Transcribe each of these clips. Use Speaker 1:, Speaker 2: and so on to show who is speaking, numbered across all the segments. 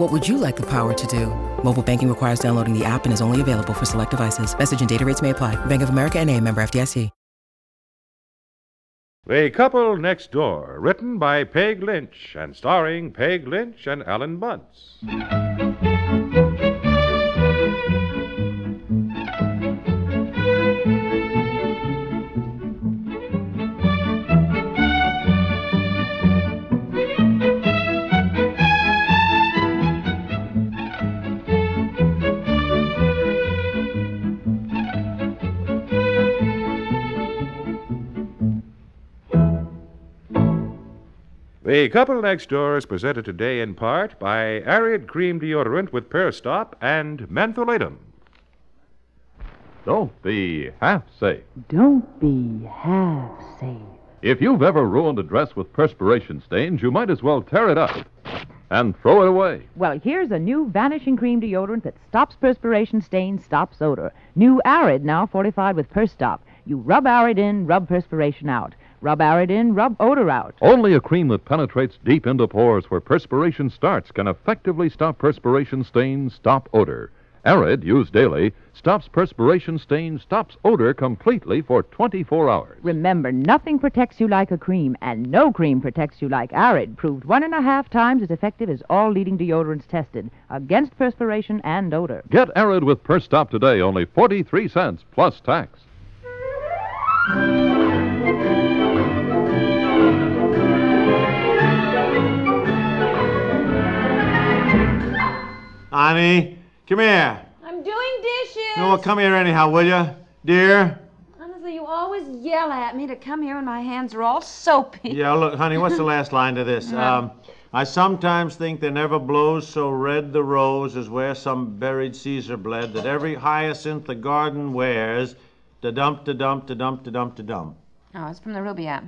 Speaker 1: What would you like the power to do? Mobile banking requires downloading the app and is only available for select devices. Message and data rates may apply. Bank of America and a member FDIC.
Speaker 2: A Couple Next Door, written by Peg Lynch and starring Peg Lynch and Alan Bunce. The Couple Next Door is presented today in part by Arid Cream Deodorant with Perstop and Mentholatum.
Speaker 3: Don't be half safe.
Speaker 4: Don't be half safe.
Speaker 3: If you've ever ruined a dress with perspiration stains, you might as well tear it up and throw it away.
Speaker 4: Well, here's a new vanishing cream deodorant that stops perspiration stains, stops odor. New Arid now fortified with Perstop. You rub Arid in, rub perspiration out. Rub Arid in, rub odor out.
Speaker 3: Only a cream that penetrates deep into pores where perspiration starts can effectively stop perspiration stains, stop odor. Arid, used daily, stops perspiration stains, stops odor completely for 24 hours.
Speaker 4: Remember, nothing protects you like a cream, and no cream protects you like Arid, proved one and a half times as effective as all leading deodorants tested against perspiration and odor.
Speaker 3: Get Arid with Perstop today, only 43 cents plus tax.
Speaker 5: Honey, come here.
Speaker 6: I'm doing dishes.
Speaker 5: No, well, come here anyhow, will you? Dear?
Speaker 6: Honestly, you always yell at me to come here when my hands are all soapy.
Speaker 5: Yeah, look, honey, what's the last line to this? Um, I sometimes think there never blows so red the rose as where some buried Caesar bled, that every hyacinth the garden wears, da dump, da dump, da dump, da dump, da dump.
Speaker 6: Oh, it's from the Rubaiyat.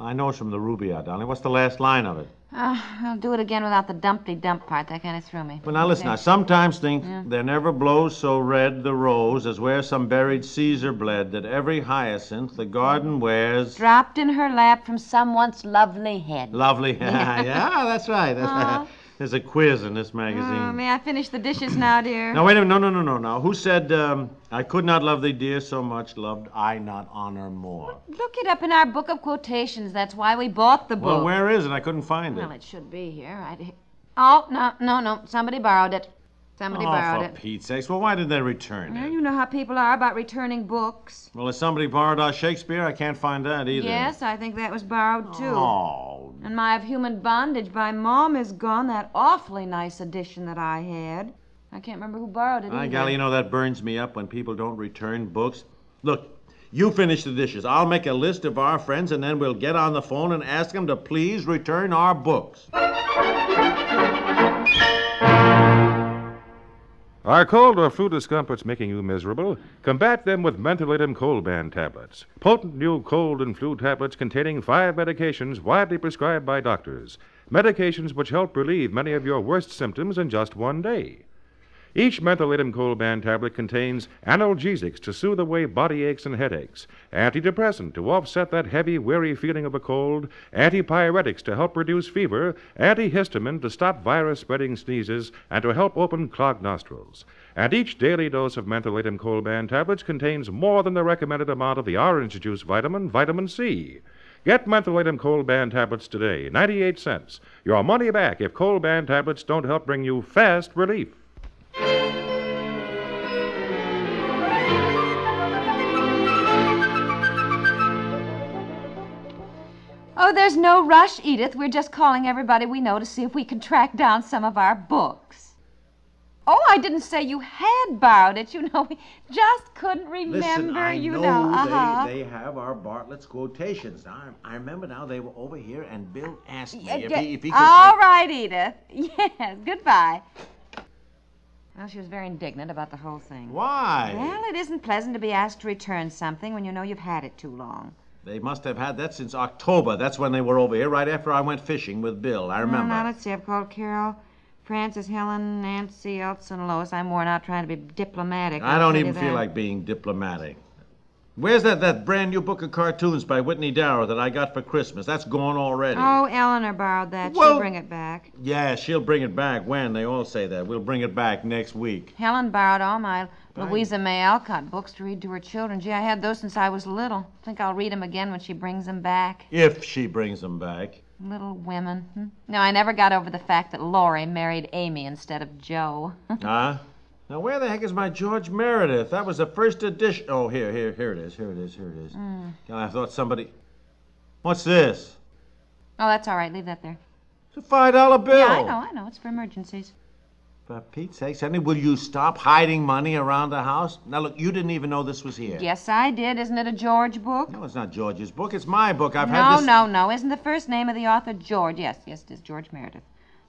Speaker 5: I know it's from the Rubaiyat, darling. What's the last line of it?
Speaker 6: Ah, I'll do it again without the dumpty dump part. That kind of threw me.
Speaker 5: Well, now listen, I sometimes think there never blows so red the rose as where some buried Caesar bled, that every hyacinth the garden wears.
Speaker 6: Dropped in her lap from some once lovely head.
Speaker 5: Lovely. yeah, that's right. That's
Speaker 6: Aw.
Speaker 5: There's a quiz in this magazine.
Speaker 6: Oh, may I finish the dishes now, dear?
Speaker 5: Now, wait a minute. No, no, no, no, no. Who said, um, I could not love thee, dear, so much, loved I not honor more?
Speaker 6: Look it up in our book of quotations. That's why we bought the book.
Speaker 5: Well, where is it? I couldn't find
Speaker 6: Well,
Speaker 5: it.
Speaker 6: it should be here. I'd... Oh, no, no, no. Somebody borrowed it. Somebody
Speaker 5: Oh,
Speaker 6: borrowed
Speaker 5: for
Speaker 6: it. Mm-hmm.
Speaker 5: Pete's sakes. Well, why did they return
Speaker 6: Well,
Speaker 5: it?
Speaker 6: you know how people are about returning books.
Speaker 5: Well, if somebody borrowed our Shakespeare, I can't find that either.
Speaker 6: Yes, I think that was borrowed too.
Speaker 5: Oh,
Speaker 6: And my Of Human Bondage by Mom is gone, that awfully nice edition that I had. I can't remember who borrowed it.
Speaker 5: my
Speaker 6: either.
Speaker 5: golly, you know, that burns me up when people don't return books. Look, you finish the dishes. I'll make a list of our friends, and then we'll get on the phone and ask them to please return our books.
Speaker 2: Are cold or flu discomforts making you miserable? Combat them with Mentholatum Cold Band tablets. Potent new cold and flu tablets containing five medications widely prescribed by doctors. Medications which help relieve many of your worst symptoms in just one day. Each Mentholatum Cold Band tablet contains analgesics to soothe away body aches and headaches, antidepressant to offset that heavy, weary feeling of a cold, antipyretics to help reduce fever, antihistamine to stop virus spreading sneezes, and to help open clogged nostrils. And each daily dose of Mentholatum Cold Band tablets contains more than the recommended amount of the orange juice vitamin, vitamin C. Get mentholatum cold band tablets today, 98 cents. Your money back if cold band tablets don't help bring you fast relief.
Speaker 6: Oh, there's no rush, Edith. We're just calling everybody we know to see if we can track down some of our books. Oh, I didn't say you had borrowed it. You know, we just couldn't remember.
Speaker 5: Listen, I
Speaker 6: you
Speaker 5: know,
Speaker 6: uh-huh.
Speaker 5: they, they have our Bartlett's quotations. Now, I, I remember now they were over here, and Bill asked me
Speaker 6: Yeah,
Speaker 5: if,
Speaker 6: yeah.
Speaker 5: he, if he could.
Speaker 6: All right, Edith. Yes, goodbye. Well, she was very indignant about the whole thing.
Speaker 5: Why?
Speaker 6: Well, it isn't pleasant to be asked to return something when you know you've had it too long.
Speaker 5: They must have had that since October. That's when they were over here, right after I went fishing with Bill. I remember.
Speaker 6: Now, let's see. I've called Carol, Frances, Helen, Nancy, Elson, Lois. I'm worn out trying to be diplomatic.
Speaker 5: I
Speaker 6: I'll
Speaker 5: don't
Speaker 6: tell
Speaker 5: even
Speaker 6: you
Speaker 5: feel
Speaker 6: that.
Speaker 5: like being diplomatic. Where's that, that brand new book of cartoons by Whitney Darrow that I got for Christmas? That's gone already.
Speaker 6: Oh, Eleanor borrowed that.
Speaker 5: Well-
Speaker 6: She'll bring it back.
Speaker 5: Yeah, she'll bring it back. When? They all say that. We'll bring it back next week.
Speaker 6: Helen borrowed all my Louisa May Alcott books to read to her children. Gee, I had those since I was little. Think I'll read 'em again when she brings 'em back.
Speaker 5: If she brings them back.
Speaker 6: Little women. Hmm? No, I never got over the fact that Laurie married Amy instead of Joe.
Speaker 5: Huh? Now, where the heck is my George Meredith? That was the first edition. Oh, here, here, here it is. Here it is. Here it is.
Speaker 6: Mm.
Speaker 5: God, I thought somebody. What's this?
Speaker 6: Oh, that's all right. Leave that there.
Speaker 5: It's a five dollar bill.
Speaker 6: Yeah, I know, I know. It's for emergencies.
Speaker 5: For Pete's sake, Sandy, will you stop hiding money around the house? Now look, you didn't even know this was here.
Speaker 6: Yes, I did. Isn't it a George book?
Speaker 5: No, it's not George's book. It's my book. I've had
Speaker 6: No,
Speaker 5: this.
Speaker 6: no, no. Isn't the first name of the author George? Yes, yes, it is George Meredith.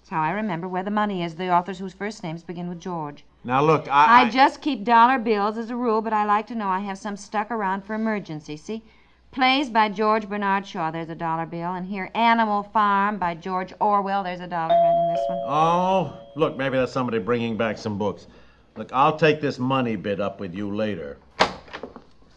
Speaker 6: That's how I remember where the money is, the authors whose first names begin with George.
Speaker 5: Now look, I.
Speaker 6: I just keep dollar bills as a rule, but I like to know I have some stuck around for emergency. See? Plays by George Bernard Shaw, there's a dollar bill. And here, Animal Farm by George Orwell, there's a dollar right in this one.
Speaker 5: Oh, look, maybe that's somebody bringing back some books. Look, I'll take this money bit up with you later.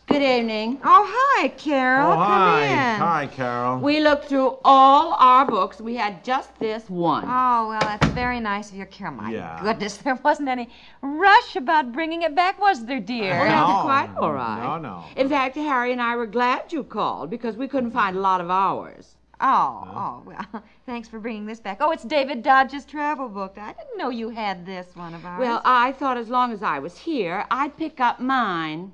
Speaker 7: Good evening.
Speaker 6: Oh, hi, Carol.
Speaker 5: oh,
Speaker 6: Come
Speaker 5: hi.
Speaker 6: in.
Speaker 5: Hi, Carol.
Speaker 7: We looked through all our books. We had just this one.
Speaker 6: Oh, well, that's very nice of you, Carol. My
Speaker 5: Yeah.
Speaker 6: goodness, there wasn't any rush about bringing it back, was there, dear?
Speaker 5: No.
Speaker 7: That's quite all right.
Speaker 5: Oh, No, no.
Speaker 7: In fact, Harry and I were glad you called because we couldn't find a lot of ours.
Speaker 6: Oh,
Speaker 5: Uh-huh.
Speaker 6: oh, well, thanks for bringing this back. Oh, it's David Dodge's travel book. I didn't know you had this one of ours.
Speaker 7: Well, I thought as long as I was here, I'd pick up mine.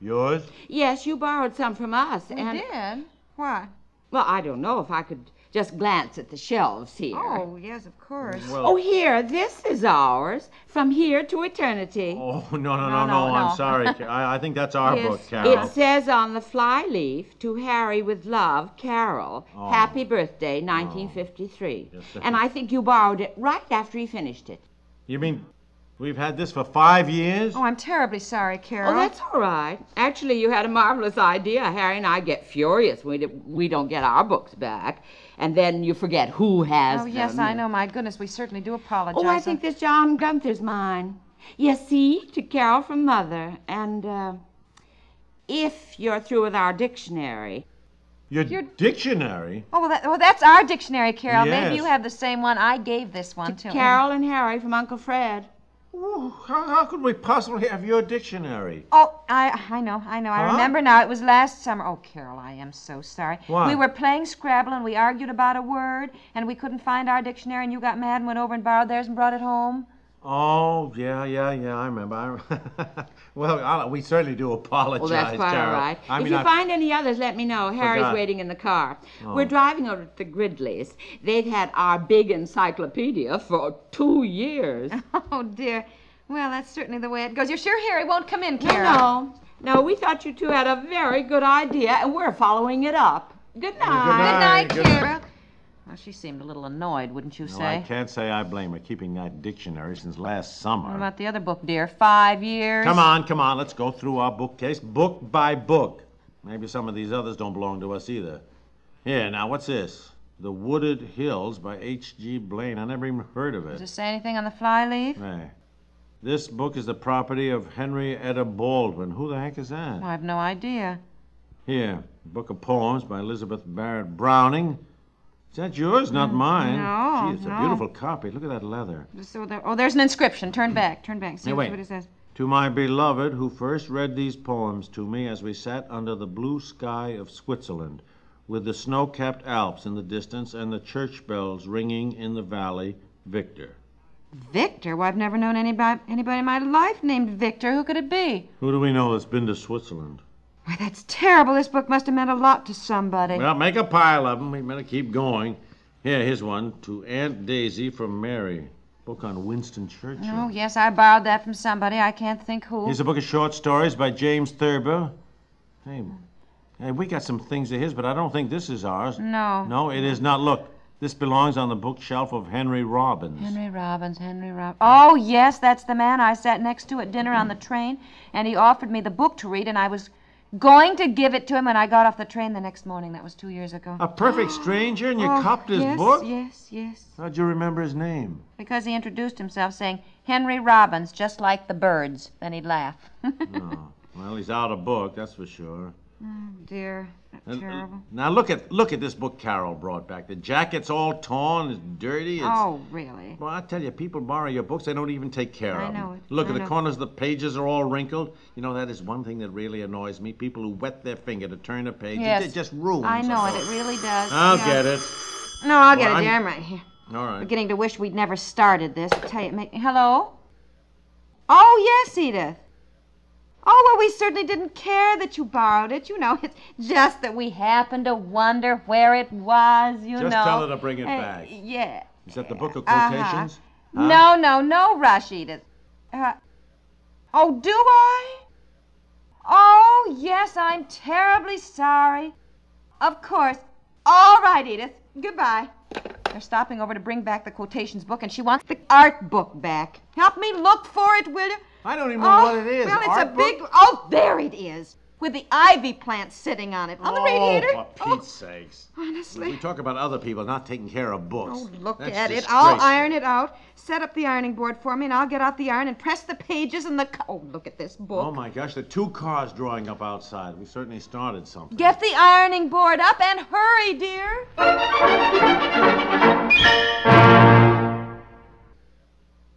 Speaker 5: Yours?
Speaker 7: Yes, you borrowed some from us.
Speaker 6: we
Speaker 7: and
Speaker 6: did. Why?
Speaker 7: well, I don't know if I could just glance at the shelves here.
Speaker 6: Oh, yes, of course.
Speaker 5: Well.
Speaker 7: Oh, here, this is ours. From here to eternity.
Speaker 5: Oh, no, no, no, no,
Speaker 6: No, no,
Speaker 5: I'm
Speaker 6: no.
Speaker 5: sorry. Ca- I, I think that's our
Speaker 6: Yes,
Speaker 5: book, Carol.
Speaker 7: It says on the flyleaf, to Harry with love, Carol, happy birthday, 1953.
Speaker 5: Oh. sir.
Speaker 7: and I think you borrowed it right after he finished it.
Speaker 5: You mean we've had this for five years?
Speaker 6: Oh, I'm terribly sorry, Carol.
Speaker 7: Oh, that's all right. Actually, you had a marvelous idea. Harry and I get furious when we d- we don't get our books back, and then you forget who has
Speaker 6: Oh, yes,
Speaker 7: them.
Speaker 6: I know. My goodness, we certainly do apologize.
Speaker 7: Oh, I think this John Gunther's mine. Yes, see, to Carol from Mother. And uh, if you're through with our dictionary,
Speaker 5: Your, dictionary?
Speaker 6: Oh, well, that, well, that's our dictionary, Carol. Maybe you
Speaker 5: Yes.
Speaker 6: have the same one. I gave this one to him.
Speaker 7: Carol and Harry from Uncle Fred.
Speaker 5: Ooh, how, how could we possibly have your dictionary?
Speaker 6: Oh, I I know, I know. I
Speaker 5: Huh?
Speaker 6: remember now. It was last summer. Oh, Carol, I am so sorry.
Speaker 5: Why?
Speaker 6: We were playing Scrabble and we argued about a word and we couldn't find our dictionary and you got mad and went over and borrowed theirs and brought it home.
Speaker 5: Oh, yeah, yeah, yeah, I remember. I, well, I, we certainly do apologize,
Speaker 7: Well, that's quite
Speaker 5: Carol.
Speaker 7: all right.
Speaker 5: I
Speaker 7: if
Speaker 5: mean,
Speaker 7: you
Speaker 5: I-
Speaker 7: find any others, let me know. Harry's
Speaker 5: Forgot. Oh.
Speaker 7: waiting in the car. We're driving over to the Gridleys. They've had our big encyclopedia for two years.
Speaker 6: Oh dear. Well, that's certainly the way it goes. You're sure Harry won't come in, Carol?
Speaker 7: no, no, we thought you two had a very good idea, and we're following it up. Good
Speaker 6: Good
Speaker 7: night.
Speaker 6: night,
Speaker 5: Good night.
Speaker 6: Carol. Well, she seemed a little annoyed, wouldn't you
Speaker 5: No,
Speaker 6: say?
Speaker 5: I can't say I blame her keeping that dictionary since last summer.
Speaker 6: What about the other book, dear? Five years.
Speaker 5: Come on, come on. Let's go through our bookcase book by book. Maybe some of these others don't belong to us either. Here, now, what's this? The Wooded Hills by H.G. Blaine. I never even heard of
Speaker 6: Does it
Speaker 5: it.
Speaker 6: say anything on the fly leaf?
Speaker 5: Hey. This book is the property of Henry Etta Baldwin. Who the heck is that?
Speaker 6: Well, Oh, I have no idea.
Speaker 5: Here, Book of Poems by Elizabeth Barrett Browning. Is that yours? Not mine.
Speaker 6: no,
Speaker 5: Gee, it's a
Speaker 6: no.
Speaker 5: beautiful copy. Look at that leather.
Speaker 6: So there, oh, there's an inscription. Turn back. Turn back. See
Speaker 5: Hey, wait.
Speaker 6: what it says.
Speaker 5: To my beloved, who first read these poems to me as we sat under the blue sky of Switzerland, with the snow capped Alps in the distance and the church bells ringing in the valley, Victor.
Speaker 6: Victor? Well, I've never known anybody, anybody in my life named Victor. Who could it be?
Speaker 5: Who do we know that's been to Switzerland?
Speaker 6: Why, that's terrible. This book must have meant a lot to somebody.
Speaker 5: Well, make a pile of 'em. We better keep going. Here, here's one to Aunt Daisy from Mary. Book on Winston Churchill.
Speaker 6: oh, yes, I borrowed that from somebody. I can't think who.
Speaker 5: Here's a book of short stories by James Thurber. Hey, hey, we got some things of his, but I don't think this is ours.
Speaker 6: No.
Speaker 5: No, it is not. Look, this belongs on the bookshelf of Henry Robbins.
Speaker 6: Henry Robbins, Henry Robbins. Oh, yes, that's the man I sat next to at dinner on the train, and he offered me the book to read, and I was going to give it to him when I got off the train the next morning. That was two years ago.
Speaker 5: A perfect stranger, and you
Speaker 6: Oh,
Speaker 5: copped his
Speaker 6: yes,
Speaker 5: book?
Speaker 6: Yes, yes.
Speaker 5: How'd you remember his name?
Speaker 6: Because he introduced himself saying, Henry Robbins, just like the birds. Then he'd laugh.
Speaker 5: Oh, Well, he's out of book, that's for sure.
Speaker 6: Dear, that's
Speaker 5: And- uh,
Speaker 6: terrible.
Speaker 5: Now look at look at this book Carol brought back. The jacket's all torn, it's dirty. It's,
Speaker 6: Oh, really?
Speaker 5: Well, I tell you, people borrow your books, they don't even take care
Speaker 6: I
Speaker 5: of them.
Speaker 6: know it.
Speaker 5: Look,
Speaker 6: I
Speaker 5: at the
Speaker 6: know.
Speaker 5: corners of the pages are all wrinkled. You know, that is one thing that really annoys me. People who wet their finger to turn a page.
Speaker 6: Yes.
Speaker 5: It, it just ruins
Speaker 6: I know
Speaker 5: a
Speaker 6: it.
Speaker 5: book.
Speaker 6: It really does.
Speaker 5: I'll
Speaker 6: Yeah.
Speaker 5: get it.
Speaker 6: No, I'll get
Speaker 5: Well,
Speaker 6: it, dear.
Speaker 5: I'm-
Speaker 6: I'm right here.
Speaker 5: All right.
Speaker 6: Beginning to wish we'd never started this. I tell you, it make, hello? Oh, yes, Edith. Oh, well, we certainly didn't care that you borrowed it. You know, it's just that we happened to wonder where it was, you know.
Speaker 5: Just tell her to bring it
Speaker 6: Uh,
Speaker 5: back.
Speaker 6: Yeah.
Speaker 5: Is that the book of
Speaker 6: Uh-huh.
Speaker 5: quotations?
Speaker 6: No, no, no rush, Edith. Uh, oh, do I? Oh, yes, I'm terribly sorry. Of course. All right, Edith. Goodbye. They're stopping over to bring back the quotations book, and she wants the art book back. Help me look for it, will you?
Speaker 5: I don't even know
Speaker 6: Oh,
Speaker 5: what it is.
Speaker 6: Well, it's
Speaker 5: Art
Speaker 6: a
Speaker 5: book?
Speaker 6: big. Oh, there it is. With the ivy plant sitting on it. On the radiator.
Speaker 5: Oh, for Pete's sakes.
Speaker 6: Oh, honestly.
Speaker 5: We talk about other people not taking care of books.
Speaker 6: Oh, look
Speaker 5: That's
Speaker 6: at it. I'll
Speaker 5: disgraceful.
Speaker 6: iron it out. Set up the ironing board for me, and I'll get out the iron and press the pages and the. Co- oh, look at this book.
Speaker 5: Oh, my gosh, the two cars drawing up outside. We certainly started something.
Speaker 6: Get the ironing board up and hurry, dear.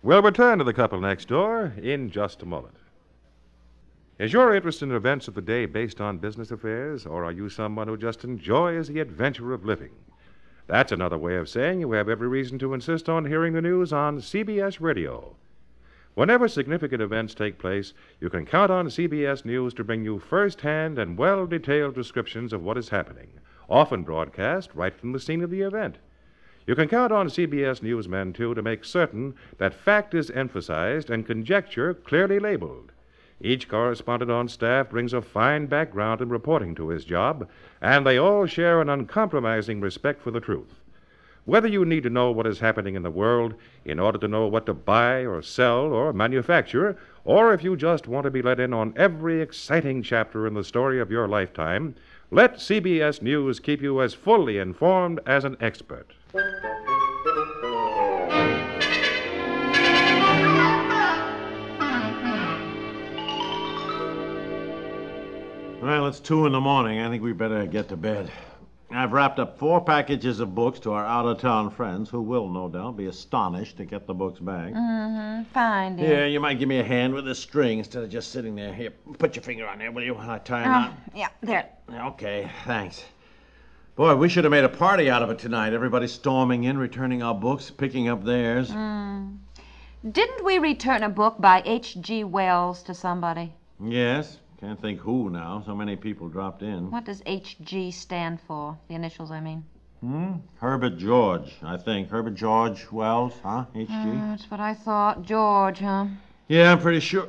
Speaker 2: We'll return to the couple next door in just a moment. Is your interest in events of the day based on business affairs, or are you someone who just enjoys the adventure of living? That's another way of saying you have every reason to insist on hearing the news on CBS Radio. Whenever significant events take place, you can count on CBS News to bring you first hand and well detailed descriptions of what is happening, often broadcast right from the scene of the event. You can count on CBS newsmen, too, to make certain that fact is emphasized and conjecture clearly labeled. Each correspondent on staff brings a fine background in reporting to his job, and they all share an uncompromising respect for the truth. Whether you need to know what is happening in the world in order to know what to buy or sell or manufacture, or if you just want to be let in on every exciting chapter in the story of your lifetime, let CBS News keep you as fully informed as an expert.
Speaker 5: Well, it's two in the morning. I think we better get to bed. I've wrapped up four packages of books to our out of town friends who will, no doubt, be astonished to get the books back.
Speaker 6: Mm-hmm. Fine, dear.
Speaker 5: Yeah, you might give me a hand with a string instead of just sitting there. Here, put your finger on there, will you? When I tie 'em
Speaker 6: Ah, yeah, there.
Speaker 5: out. Okay, thanks. Boy, we should have made a party out of it tonight. Everybody storming in, returning our books, picking up theirs.
Speaker 6: Mm. Didn't we return a book by H.G. Wells to somebody?
Speaker 5: Yes. Can't think who now. So many people dropped in.
Speaker 6: What does H.G. stand for? The initials, I mean.
Speaker 5: Herbert George, I think. Herbert George Wells, huh? H.G.?
Speaker 6: That's what I thought. George, huh?
Speaker 5: Yeah, I'm pretty sure.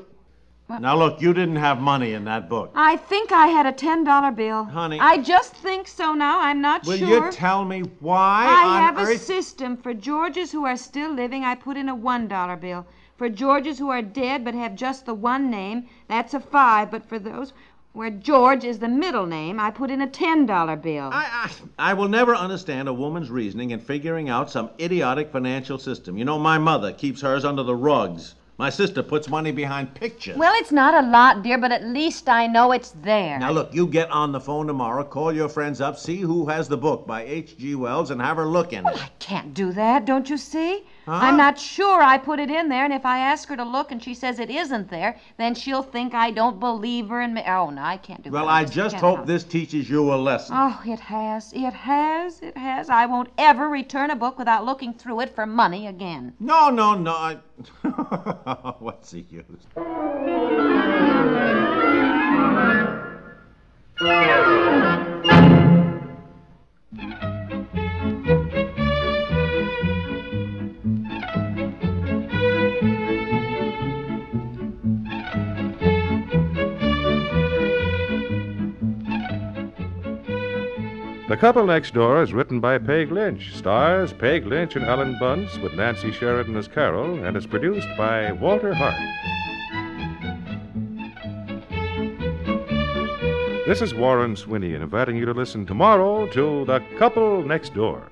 Speaker 5: Now, look, you didn't have money in that book.
Speaker 6: I think I had a $10 bill.
Speaker 5: Honey.
Speaker 6: I just think so now. I'm not
Speaker 5: Will
Speaker 6: sure.
Speaker 5: you tell me why
Speaker 6: I
Speaker 5: on
Speaker 6: have a
Speaker 5: earth?
Speaker 6: system. For Georges who are still living, I put in a $1 bill. For Georges who are dead but have just the one name, that's a 5 But for those where George is the middle name, I put in a $10 bill.
Speaker 5: I, I, I will never understand a woman's reasoning in figuring out some idiotic financial system. You know, my mother keeps hers under the rugs. My sister puts money behind pictures.
Speaker 6: Well, it's not a lot, dear, but at least I know it's there.
Speaker 5: now, look, you get on the phone tomorrow, call your friends up, see who has the book by H.G. Wells, and have her look in it.
Speaker 6: Can't do that, don't you see? I'm not sure I put it in there, and if I ask her to look and she says it isn't there, then she'll think I don't believe her and ma- oh no, I can't do that.
Speaker 5: Well, I
Speaker 6: honestly
Speaker 5: just
Speaker 6: can't
Speaker 5: hope
Speaker 6: help it.
Speaker 5: this teaches you a lesson.
Speaker 6: Oh, it has, it has, it has. I won't ever return a book without looking through it for money again.
Speaker 5: No, no, no. I... What's the use?
Speaker 2: The Couple Next Door is written by Peg Lynch, stars Peg Lynch and Alan Bunce, with Nancy Sheridan as Carol, and is produced by Walter Hart. This is Warren Sweeney inviting you to listen tomorrow to The Couple Next Door.